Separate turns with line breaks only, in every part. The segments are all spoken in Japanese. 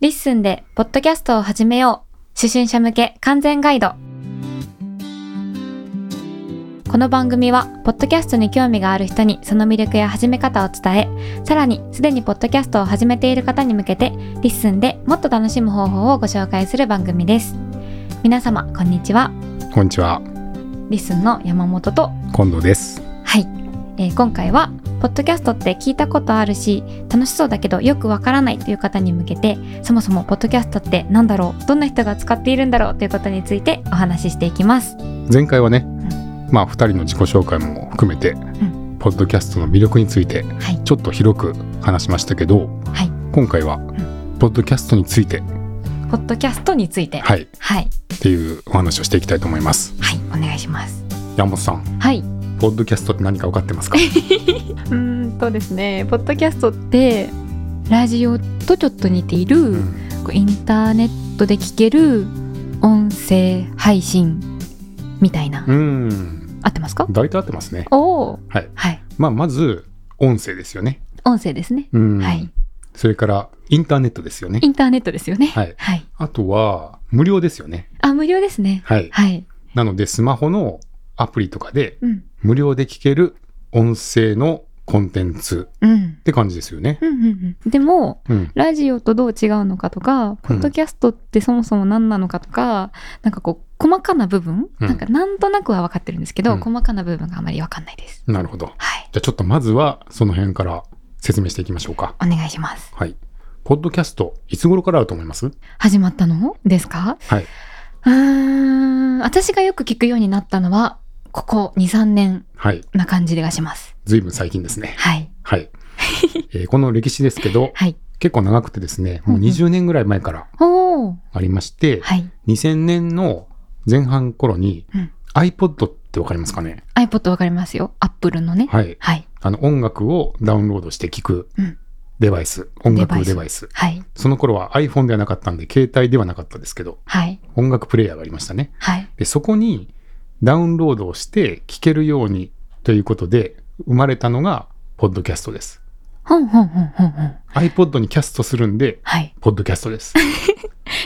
リッスンで、ポッドキャストを始めよう。初心者向け完全ガイド。この番組は、ポッドキャストに興味がある人にその魅力や始め方を伝え、さらに、すでにポッドキャストを始めている方に向けて、リッスンでもっと楽しむ方法をご紹介する番組です。皆様、こんにちは。
こんにちは、
リッスンの山本と、
近藤です。
はい、えー今回はポッドキャストって聞いたことあるし楽しそうだけどよくわからないという方に向けてそもそもポッドキャストってなんだろうどんな人が使っているんだろうということについてお話ししていきます
前回はね、まあ2人の自己紹介も含めて、ポッドキャストの魅力について
はい
ちょっと広く話しましたけど、
はい
今回は、ポッドキャストについて、
ポッドキャストについてはい、
はい、
はい、
っていうお話をしていきたいと思います。
お願いします
山本さん、
はい
ポッドキャストって何か分かってますか
うんとですねポッドキャストってラジオとちょっと似ている、
うん
こうインターネットで聞ける音声配信みたいな、
うん、
合ってますか
大体合ってますね。
おお
はい、
はい
まあまず音声ですよね。
音声ですね
うん、
はい。
それからインターネットですよね
イ。ンターネットですよね。
はいあとは無料ですよね。
あ、無料ですね。
はい。
はい。
なのでスマホのアプリとかで
うん。
無料で聞ける音声のコンテンツ
うん
っ。て感じですよね。
うんうんうん。でも、
うん。
ラジオとどう違うのかとか、ポッドキャストってそもそも何なのかとか、なんかこう、細かな部分、
うん
なんかなんとなくは分かってるんですけど、
うん
細かな部分があまり分かんないです。
なるほど。じ
はい。
ゃあちょっとまずはその辺から説明していきましょうか。
お願いします。
はい。ポッドキャスト、いつ頃からあると思います
始まったのですか
はい。
うーん。私がよく聞くようになったのは、ここ2、3年
はい。
な感じがします。
ずいぶん最近ですね。
はい。
はい。えーこの歴史ですけど、
はい。
結構長くてですね、もう
うんうん
20年ぐらい前から
おー。
ありまして、
はい。
2000年の前半頃に、
うん
iPod ってわかりますかね
iPod 分かりますよ。Apple のね。
はい。
はい。
あの、音楽をダウンロードして聞く
うん
デバイス、音楽デバイス。
はい。
その頃は iPhone ではなかったんで、携帯ではなかったですけど、
はい。
音楽プレイヤーがありましたね。
はい。
で、そこにダウンロードをして聴けるようにということで、生まれたのが、ポッドキャストです。
ほんほんほんほんほん。
iPod にキャストするんで、
はい。
ポッドキャストです。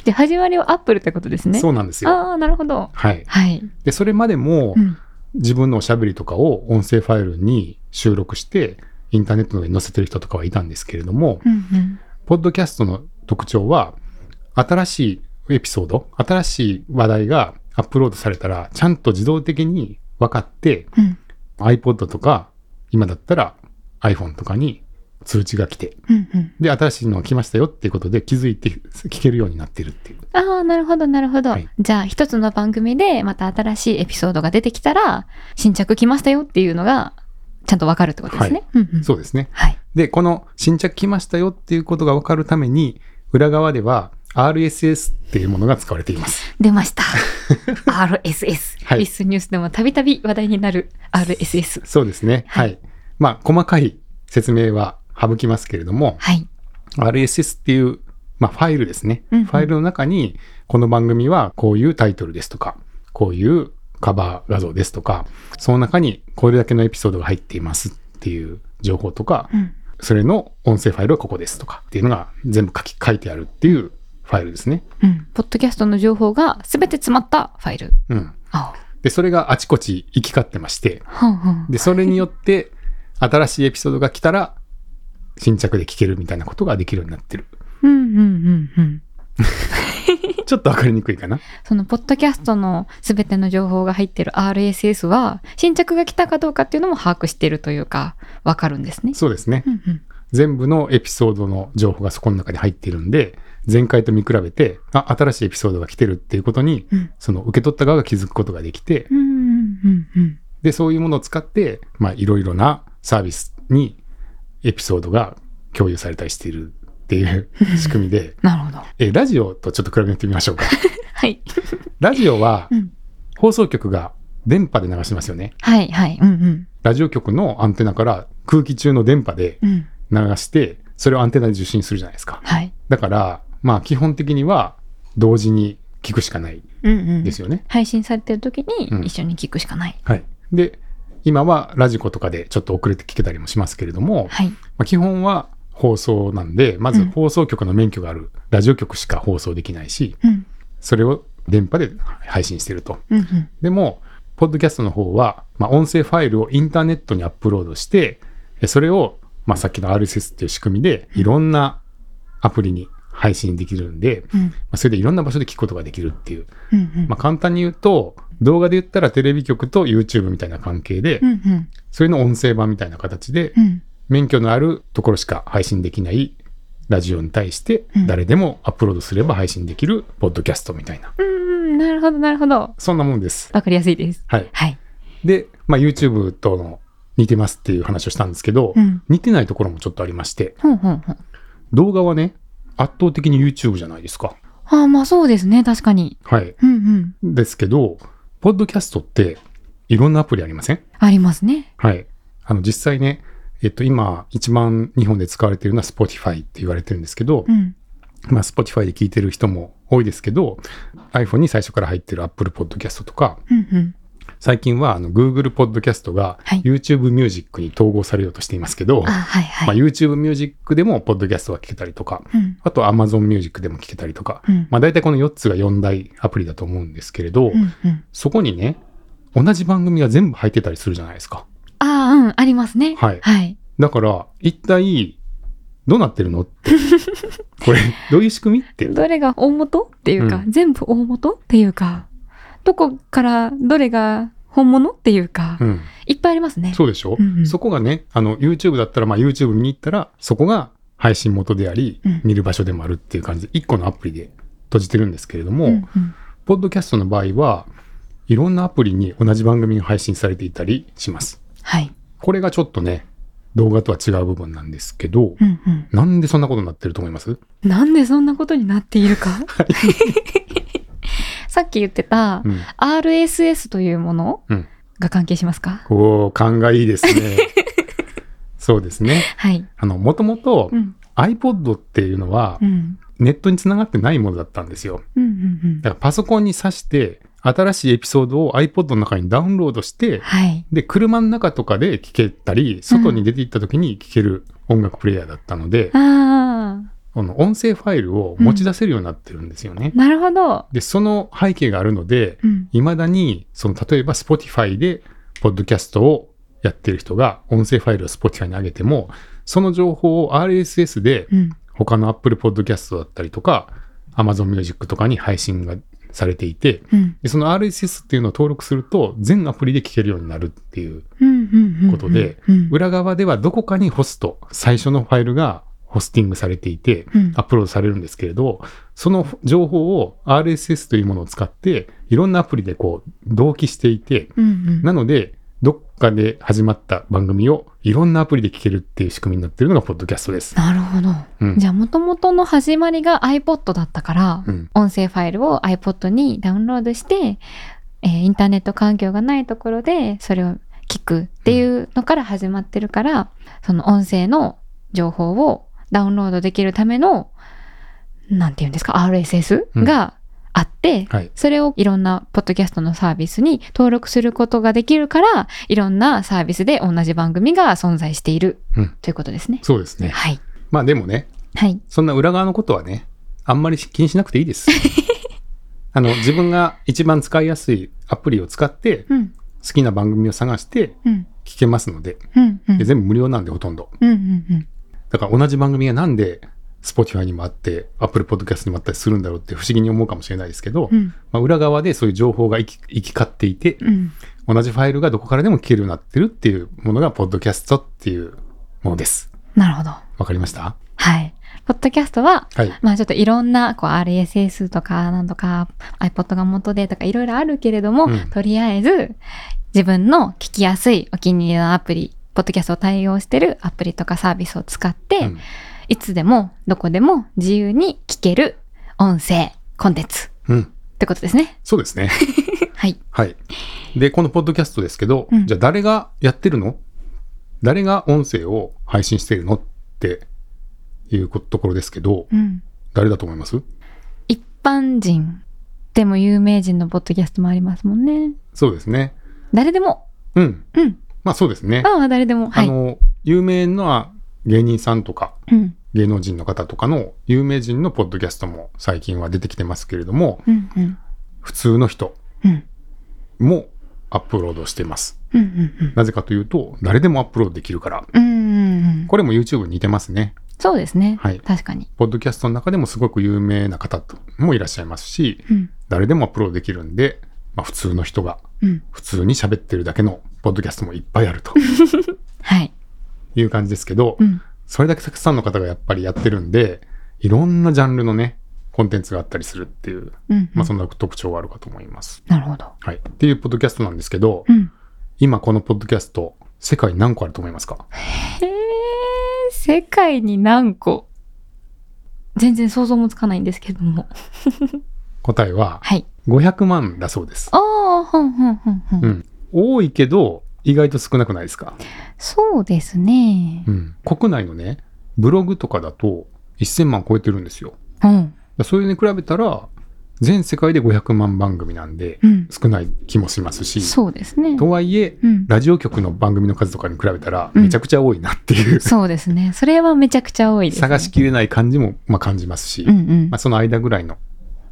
じゃあ始まりはアップルってことです ね。
そうなんですよ。
ああ、なるほど。
はい。
はい。
で、それまでも
う、ん。
自分のおしゃべりとかを音声ファイルに収録して、インターネットの上に載せてる人とかはいたんですけれども、
うんうん。
ポッドキャストの特徴は、新しいエピソード、新しい話題がアップロードされたら、ちゃんと自動的に分かって、
うん。
iPod とか、今だったら iPhone とかに通知が来て、
うんうん。
で、新しいのが来ましたよっていうことで気づいて聞けるようになってるっていう。
ああ、なるほど、なるほど。
はい
じゃあ、一つの番組でまた新しいエピソードが出てきたら、新着来ましたよっていうのが、ちゃんとわかるってことですね。うんうん。
そうですね。
はい。
で、この新着来ましたよっていうことが分かるために、裏側では RSS っていうものが使われています。
出ま した。RSS。
はい
リスニュースでもたびたび話題になる RSS。
そうですね。
は
はいい。まあ、細かい説明は省きますけれども、
はい。
RSS っていう、まあ、ファイルですね。
うんうん
ファイルの中に、この番組はこういうタイトルですとか、こういうカバー画像ですとか、その中にこれだけのエピソードが入っていますっていう情報とか、
うん。
それの音声ファイルはここですとかっていうのが全部書き書いてあるっていうファイルですね。
うん。ポッドキャストの情報が全て詰まったファイル。
うん。
あ
で、それがあちこち行き交ってまして、
あ。はんはん。
で、それによって新しいエピソードが来たら、新着で聞けるみたいなことができるようになってる。
うんうんうんうん。
ちょっとわかりにくいかな。
そのポッドキャストのすべての情報が入ってる RSS は新着が来たかどうかっていうのも把握してるというかわかるんですね。
そうですね
う。んうん、
全部のエピソードの情報がそこの中に入っているんで、前回と見比べて、あ、新しいエピソードが来てるっていうことに、
うん
その受け取った側が気づくことができて、
うんうんうん
で、そういうものを使って、まあ、いろいろなサービスにエピソードが共有されたりしているっていう 仕組みで、
なるほど。
え、ラジオとちょっと比べてみましょうか。
はい。
ラジオは
うん
放送局が電波で流しますよね。
はいはい。うんうん
ラジオ局のアンテナから空気中の電波で
うん。
流して、それをアンテナで受信するじゃないですか。
はい。
だから、まあ基本的には同時に聞くしかない
うんうん。
ですよね。
配信されてる時
うん
に一緒に聞くしかない。
はい。で、今はラジコとかでちょっと遅れて聞けたりもしますけれども、
はい。
まあ、基本は放送なんで、ま
う
ず
ん
放送局の免許があるラジオ局しか放送できないし、
うん
それを電波で配信してると。
うんうん
でも、ポッドキャストの方は、まあ、音声ファイルをインターネットにアップロードして、えそれを、まあ、さっきの RSS っていう仕組みで、いろんなアプリに配信できるんで、ま
うん
あ、それでいろんな場所で聞くことができるっていう。
うんうん
まあ、簡単に言うと、動画で言ったらテレビ局と YouTube みたいな関係で
う、んうん
それの音声版みたいな形で、
うん
免許のあるところしか配信できないラジオに対して
うん
誰でもアップロードすれば配信できるポッドキャストみたいな、
うんなるほどなるほど
そんなもんです。
わかりやすいです
はい、
はい
で、まあ、YouTube との似てますっていう話をしたんですけど、
うん
似てないところもちょっとありまして
ほんほんほん
動画はね圧倒的に YouTube じゃないですか。
ああまあそうですね確かに
はい、
うんうん
ですけどポッドキャストっていろんなアプリありません
ありますね
はい。あの実際ね、えっと、今一番日本で使われているのは Spotify って言われてるんですけど、
うん
まあ、Spotify で聞いてる人も多いですけど、iPhone に最初から入ってる Apple Podcast とか、
うんうん
最近はあの Google Podcast が
はい
YouTube Music に統合されようとしていますけど、
あはい
ま
は
あ、
い、
YouTube Music でも Podcast は聞けたりとか、
うん
あと Amazon Music でも聞けたりとか、
うん
まあ、大体この4つが4大アプリだと思うんですけれど、
うんうん
そこにね、同じ番組が全部入ってたりするじゃないですか。
ああうんありますね
はい
はい
だから、一体、どうなってる のって。これ、どういう仕組みって。
どれが大元っていうか、
うん
全部大元っていうか、どこからどれが本物っていうか、
うん。
いっぱいありますね。
そうでしょ、
うんうん
そこがね、あの、YouTube だったら、まあ、YouTube 見に行ったら、そこが配信元であり、
うん
見る場所でもあるっていう感じで、一個のアプリで閉じてるんですけれども、
んうん
ポッドキャストの場合は、いろんなアプリに同じ番組が配信されていたりします。
はい。
これがちょっとね、動画とは違う部分なんですけど、
うんうん
なんでそんなことになってると思います
なんでそんなことになっているか さっき言ってた、
うん。
RSS というもの
うん
が関係しますか、
こう、勘がいいです ね。そうですね。
はい。
あの、もともと
うん。
iPod っていうのは
うん。
ネットにつながってないものだったんですよ。
うんうんう
だ
ん。
からパソコンに挿して新しいエピソードを iPod の中にダウンロードして、
はい。
で、車の中とかで聴けたり、外に出て行った時に聴ける音楽プレイヤーだったので、
ああ、
この音声ファイルを持ち出せるようになってるんですよね。
なるほど。
で、その背景があるので、
うん。
いまだに、その、例えば Spotify で、ポッドキャストをやってる人が、音声ファイルを Spotify に上げても、その情報を RSS で
うん。
他の Apple Podcast だったりとか、Amazon Music とかに配信がされていて、
うん。
でその RSS っていうのを登録すると、全アプリで聞けるようになるっていう
うん。うん。うん
ことで、
うん。
裏側ではどこかにホスト、最初のファイルがホスティングされていて
うん、
アップロードされるんですけれど、その情報を RSS というものを使って、いろんなアプリでこう、同期していて、
うんうん。
なので、どっかで始まった番組をいろんなアプリで聞けるっていう仕組みになってるのがポッドキャストです。
なるほど。
うん
じゃあ、もともとの始まりが iPod だったから、
うん
音声ファイルを iPod にダウンロードして、えーインターネット環境がないところで、それを聞くっていうのから始まってるから、その音声の情報をダウンロードできるための、なんて言うんですか、RSS
うん
があって、
はい。
それをいろんなポッドキャストのサービスに登録することができるから、いろんなサービスで同じ番組が存在している
うん
ということですね。
そうですね。
はい。
まあでもね、
はい。
そんな裏側のことはね、あんまり気にしなくていい です。あの、自分が一番使いやすいアプリを使って、
うん。
好きな番組を探して
うん。
聞けますので、
うん。うん。
で全部無料なんでほとんど。
うん。うん。
だから同じ番組がなんで Spotify にもあって、Apple Podcast にもあったりするんだろうって不思議に思うかもしれないですけど、
うん。
まあ、裏側でそういう情報が行き行き交っていて、
うん。
同じファイルがどこからでも聞けるようになってるっていうものが、ポッドキャストっていうものです。
なるほど。
わかりました
はい。ポッドキャストは、
はい。
まあちょっといろんな、こう RSS とか、なんとか iPod が元でとかいろいろあるけれども、
うん
とりあえず自分の聞きやすいお気に入りのアプリ、ポッドキャストを対応してるアプリとかサービスを使って、
うん
いつでもどこでも自由に聞ける音声コンテンツ
うん。
ってことですね。
そうですね。
はい。
はい。で、このポッドキャストですけど、
うん
じゃあ誰がやってるの誰が音声を配信しているのっていうこところですけど、
うん。
誰だと思います
一般人でも有名人のポッドキャストもありますもんね。
そうですね。
誰でも。
うん。
うん。
まあそうですね。
ああ、誰でも。はい。
あの、有名な芸人さんとか
うん
芸能人の方とかの有名人のポッドキャストも最近は出てきてますけれども、
うんうん
普通の人
うん
もアップロードしてます。
うんうん
なぜかというと、誰でもアップロードできるから。
うんうんうん
これも YouTube に似てますね。
そうですね、
はい
確かに、
ポッドキャストの中でもすごく有名な方ともいらっしゃいますし、
うん
誰でもアップロードできるんで、まあ、普通の人が
うん、
普通に喋ってるだけのポッドキャストもいっぱい あると
はい、
いう感じですけど、
うん、
それだけたくさんの方がやっぱりやってるんで、いろんなジャンルのね、コンテンツがあったりするっていう、
うんうん
まあ、そんな特徴があるかと思います。
なるほど、
はい。っていうポッドキャストなんですけど、
うん、
今このポッドキャスト、世界何個あると思いますか
へえ世界に何個全然想像もつかないんですけども
答えは
はい
500万だそうです。
ああふんふんふんふん、
うん。多いけど、意外と少なくないですか
そうですね
うん。国内のね、ブログとかだと1000万超えてるんですよ。
うん
だそれに比べたら、全世界で500万番組なんで、
うん
少ない気もしますし、
そうですね
とはいえ、
うん
ラジオ局の番組の数とかに比べたら、
うん
めちゃくちゃ多いなっていう、
そうですねそれはめちゃくちゃ多いです、ね、
探しきれない感じも、まあ、感じますし、
うんうん、
まあ、その間ぐらいの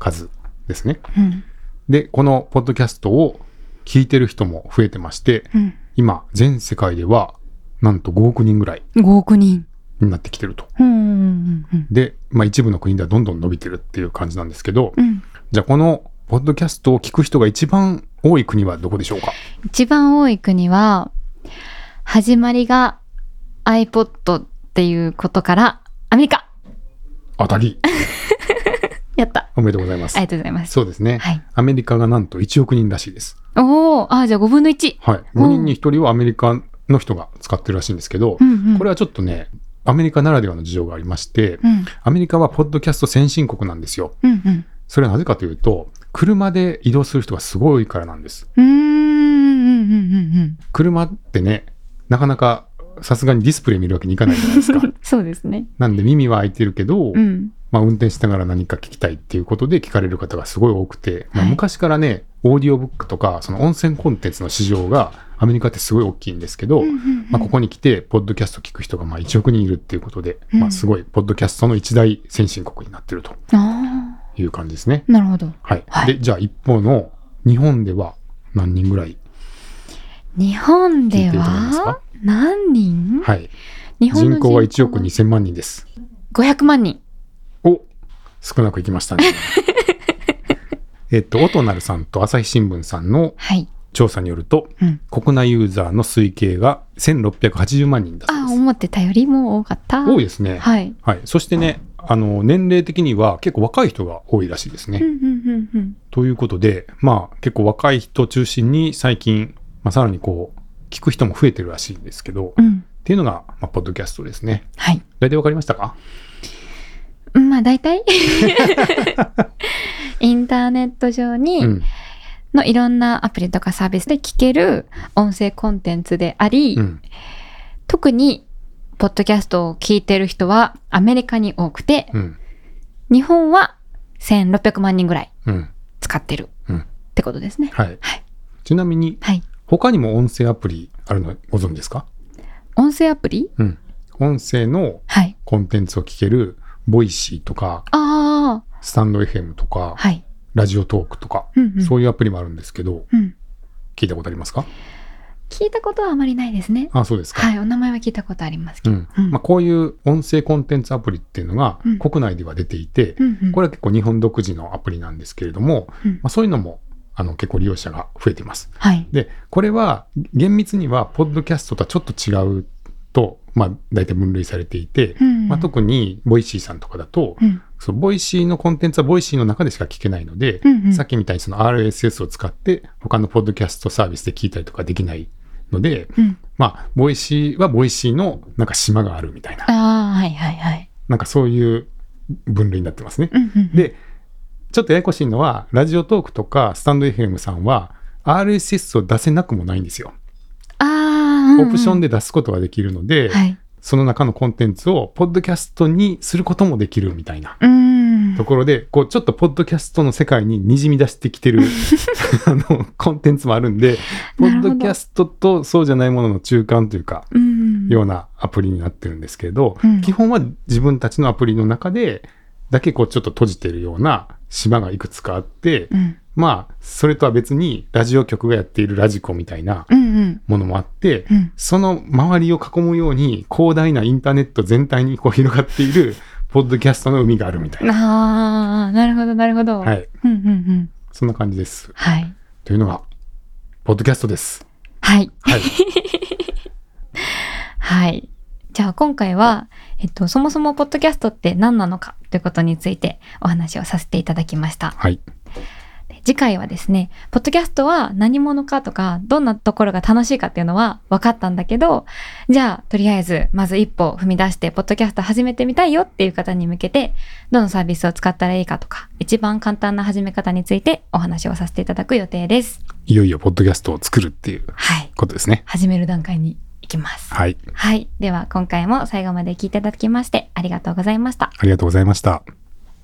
数ですね。
うん
で、このポッドキャストを聞いてる人も増えてまして、
うん
今、全世界では、なんと5億人ぐらい
5億人
になってきてると。
うんうんうん
で、まあ、一部の国ではどんどん伸びてるっていう感じなんですけど、
うんうん
じゃあこのポッドキャストを聞く人が一番多い国はどこでしょうか
一番多い国は始まりが iPod っていうことからアメリカ
当たり。
やった
おめでとうございます
あり。がとうございます
そうですね。
はい
アメリカがなんと1億人らしいです。
おおあじゃあ5分の1
はい。
うん
5人に1人はアメリカの人が使ってるらしいんですけど
う、んうん
これはちょっとね、アメリカならではの事情がありまして、
うん
アメリカはポッドキャスト先進国なんですよ。
うん
それはなぜかというと、車で移動する人がすごい多いからなんです。
うんうーんうんうんうん
車ってね、なかなかさすがにディスプレイ見るわけにいかないじゃないですか
う。んそうですね
なんで耳は開いてるけど、
うん
まあ、運転しながら何か聞きたいっていうことで聞かれる方がすごい多くて、まあ、
はい
昔からね、オーディオブックとか、その温泉コンテンツの市場がアメリカってすごい大きいんですけど、まあ、ここに来て、ポッドキャスト聞く人がまあ1億人いるっていうことで、
うん
まあ、すごい、ポッドキャストの一大先進国になってると
あ
いう感じですね。
あなるほど
はい。
はい
で、じゃあ一方の日本では何人ぐらい
日本で
聞いてると思います
は
か
何人
はい。
日本の
人口は1億2000万人です。
500万人
お少なくいきましたね。 えっと、音なるさんと朝日新聞さんの
はい
調査によると、
うん
国内ユーザーの推計が1680万人だ
あ
そうです。
思ってたよりも多かった
多い
い
ですね。はい。
はい
そしてね、あの、年齢的には結構若い人が多いらしいですね。
うんうんうんうん
ということで、まあ、結構若い人中心に最近、まあ、さらにこう、聞く人も増えてるらしいんですけど、
う
っ
ん
ていうのが、まあ、ポッドキャストですね。
はい
大体わかりましたか
うんまあ大 体インターネット上に、
うん。
のいろんなアプリとかサービスで聞ける音声コンテンツであり、
うん。
特にポッドキャストを聞いてる人はアメリカに多くて、
うん。
日本は1600万人ぐらい
うん。
使ってる、
うん
ってことですね。
はい。
はい
ちなみに、
はい。
他にも音声アプリあるのご存知ですか
音声アプリ
うん。音声の
はい。
コンテンツを聞ける、ボイシーとか、
あ
スタンド FM とか
あ、、はい。
ラジオトークとか、
うんうん
そういうアプリもあるんですけど、
うん
聞いたことありますか
聞いたことはあまりないですね。
あ、そうですか。
はい。お名前は聞いたことありますけ
う
ど。
ん
うん
まあ、こういう音声コンテンツアプリっていうのが
うん
国内では出ていて、
うんうん
これは結構日本独自のアプリなんですけれども、
うん
まあ、そういうのもあの結構利用者が増えています。
はい。
で、これは厳密には、ポッドキャストとはちょっと違うと、まあ、大体分類されていて、
うん
まあ、特にボイシーさんとかだと、
うん
そのボイシーのコンテンツはボイシーの中でしか聞けないので、
うんうん
さっきみたいにその RSS を使って他のポッドキャストサービスで聞いたりとかできないので、
うん。
まあ、ボイシーはボイシーのなんか島があるみたいな、
ああ、はいはいはい。
なんかそういう分類になってますね。
うんうんうん、
で、ちょっとややこしいのは、ラジオトークとかスタンド FM さんは RSS を出せなくもないんですよ。
ああ、
オプション
で、
で出すことができるので、
はい。
その中のコンテンツをポッドキャストにすることもできるみたいな。
うん。
ところで、こう、ちょっとポッドキャストの世界ににじみ出して きてる、あの、コンテンツもあるんで、ポ
なる
ッ
ほど
ドキャストとそうじゃないものの中間というか、
うんん
ようなアプリになってるんですけど、
うん
基本は自分たちのアプリの中でだけこうちょっと閉じてるような島がいくつかあって、
うん
まあそれとは別にラジオ局がやっているラジコみたいな
うんうん
ものもあって、
うん
その周りを囲むように広大なインターネット全体にこう広がっているポッドキャストの海があるみたいな。
ああ、なるほど、なるほど。
はい。
うんうんうん。
そんな感じです。
はい。
というのが、ポッドキャストです。
はい。
はい。
はい。じゃあ今回は、えっと、そもそもポッドキャストって何なのかということについてお話をさせていただきました。
はい。
で次回はですね、ポッドキャストは何者かとか、どんなところが楽しいかっていうのは分かったんだけど、じゃあとりあえずまず一歩踏み出して、ポッドキャスト始めてみたいよっていう方に向けて、どのサービスを使ったらいいかとか、一番簡単な始め方についてお話をさせていただく予定です。
いよいよポッドキャストを作るっていう
はい。
ことですね。
始める段階に行きます。
はい。
はい。では今回も最後まで聞いていただきましてありがとうございました。
ありがとうございました。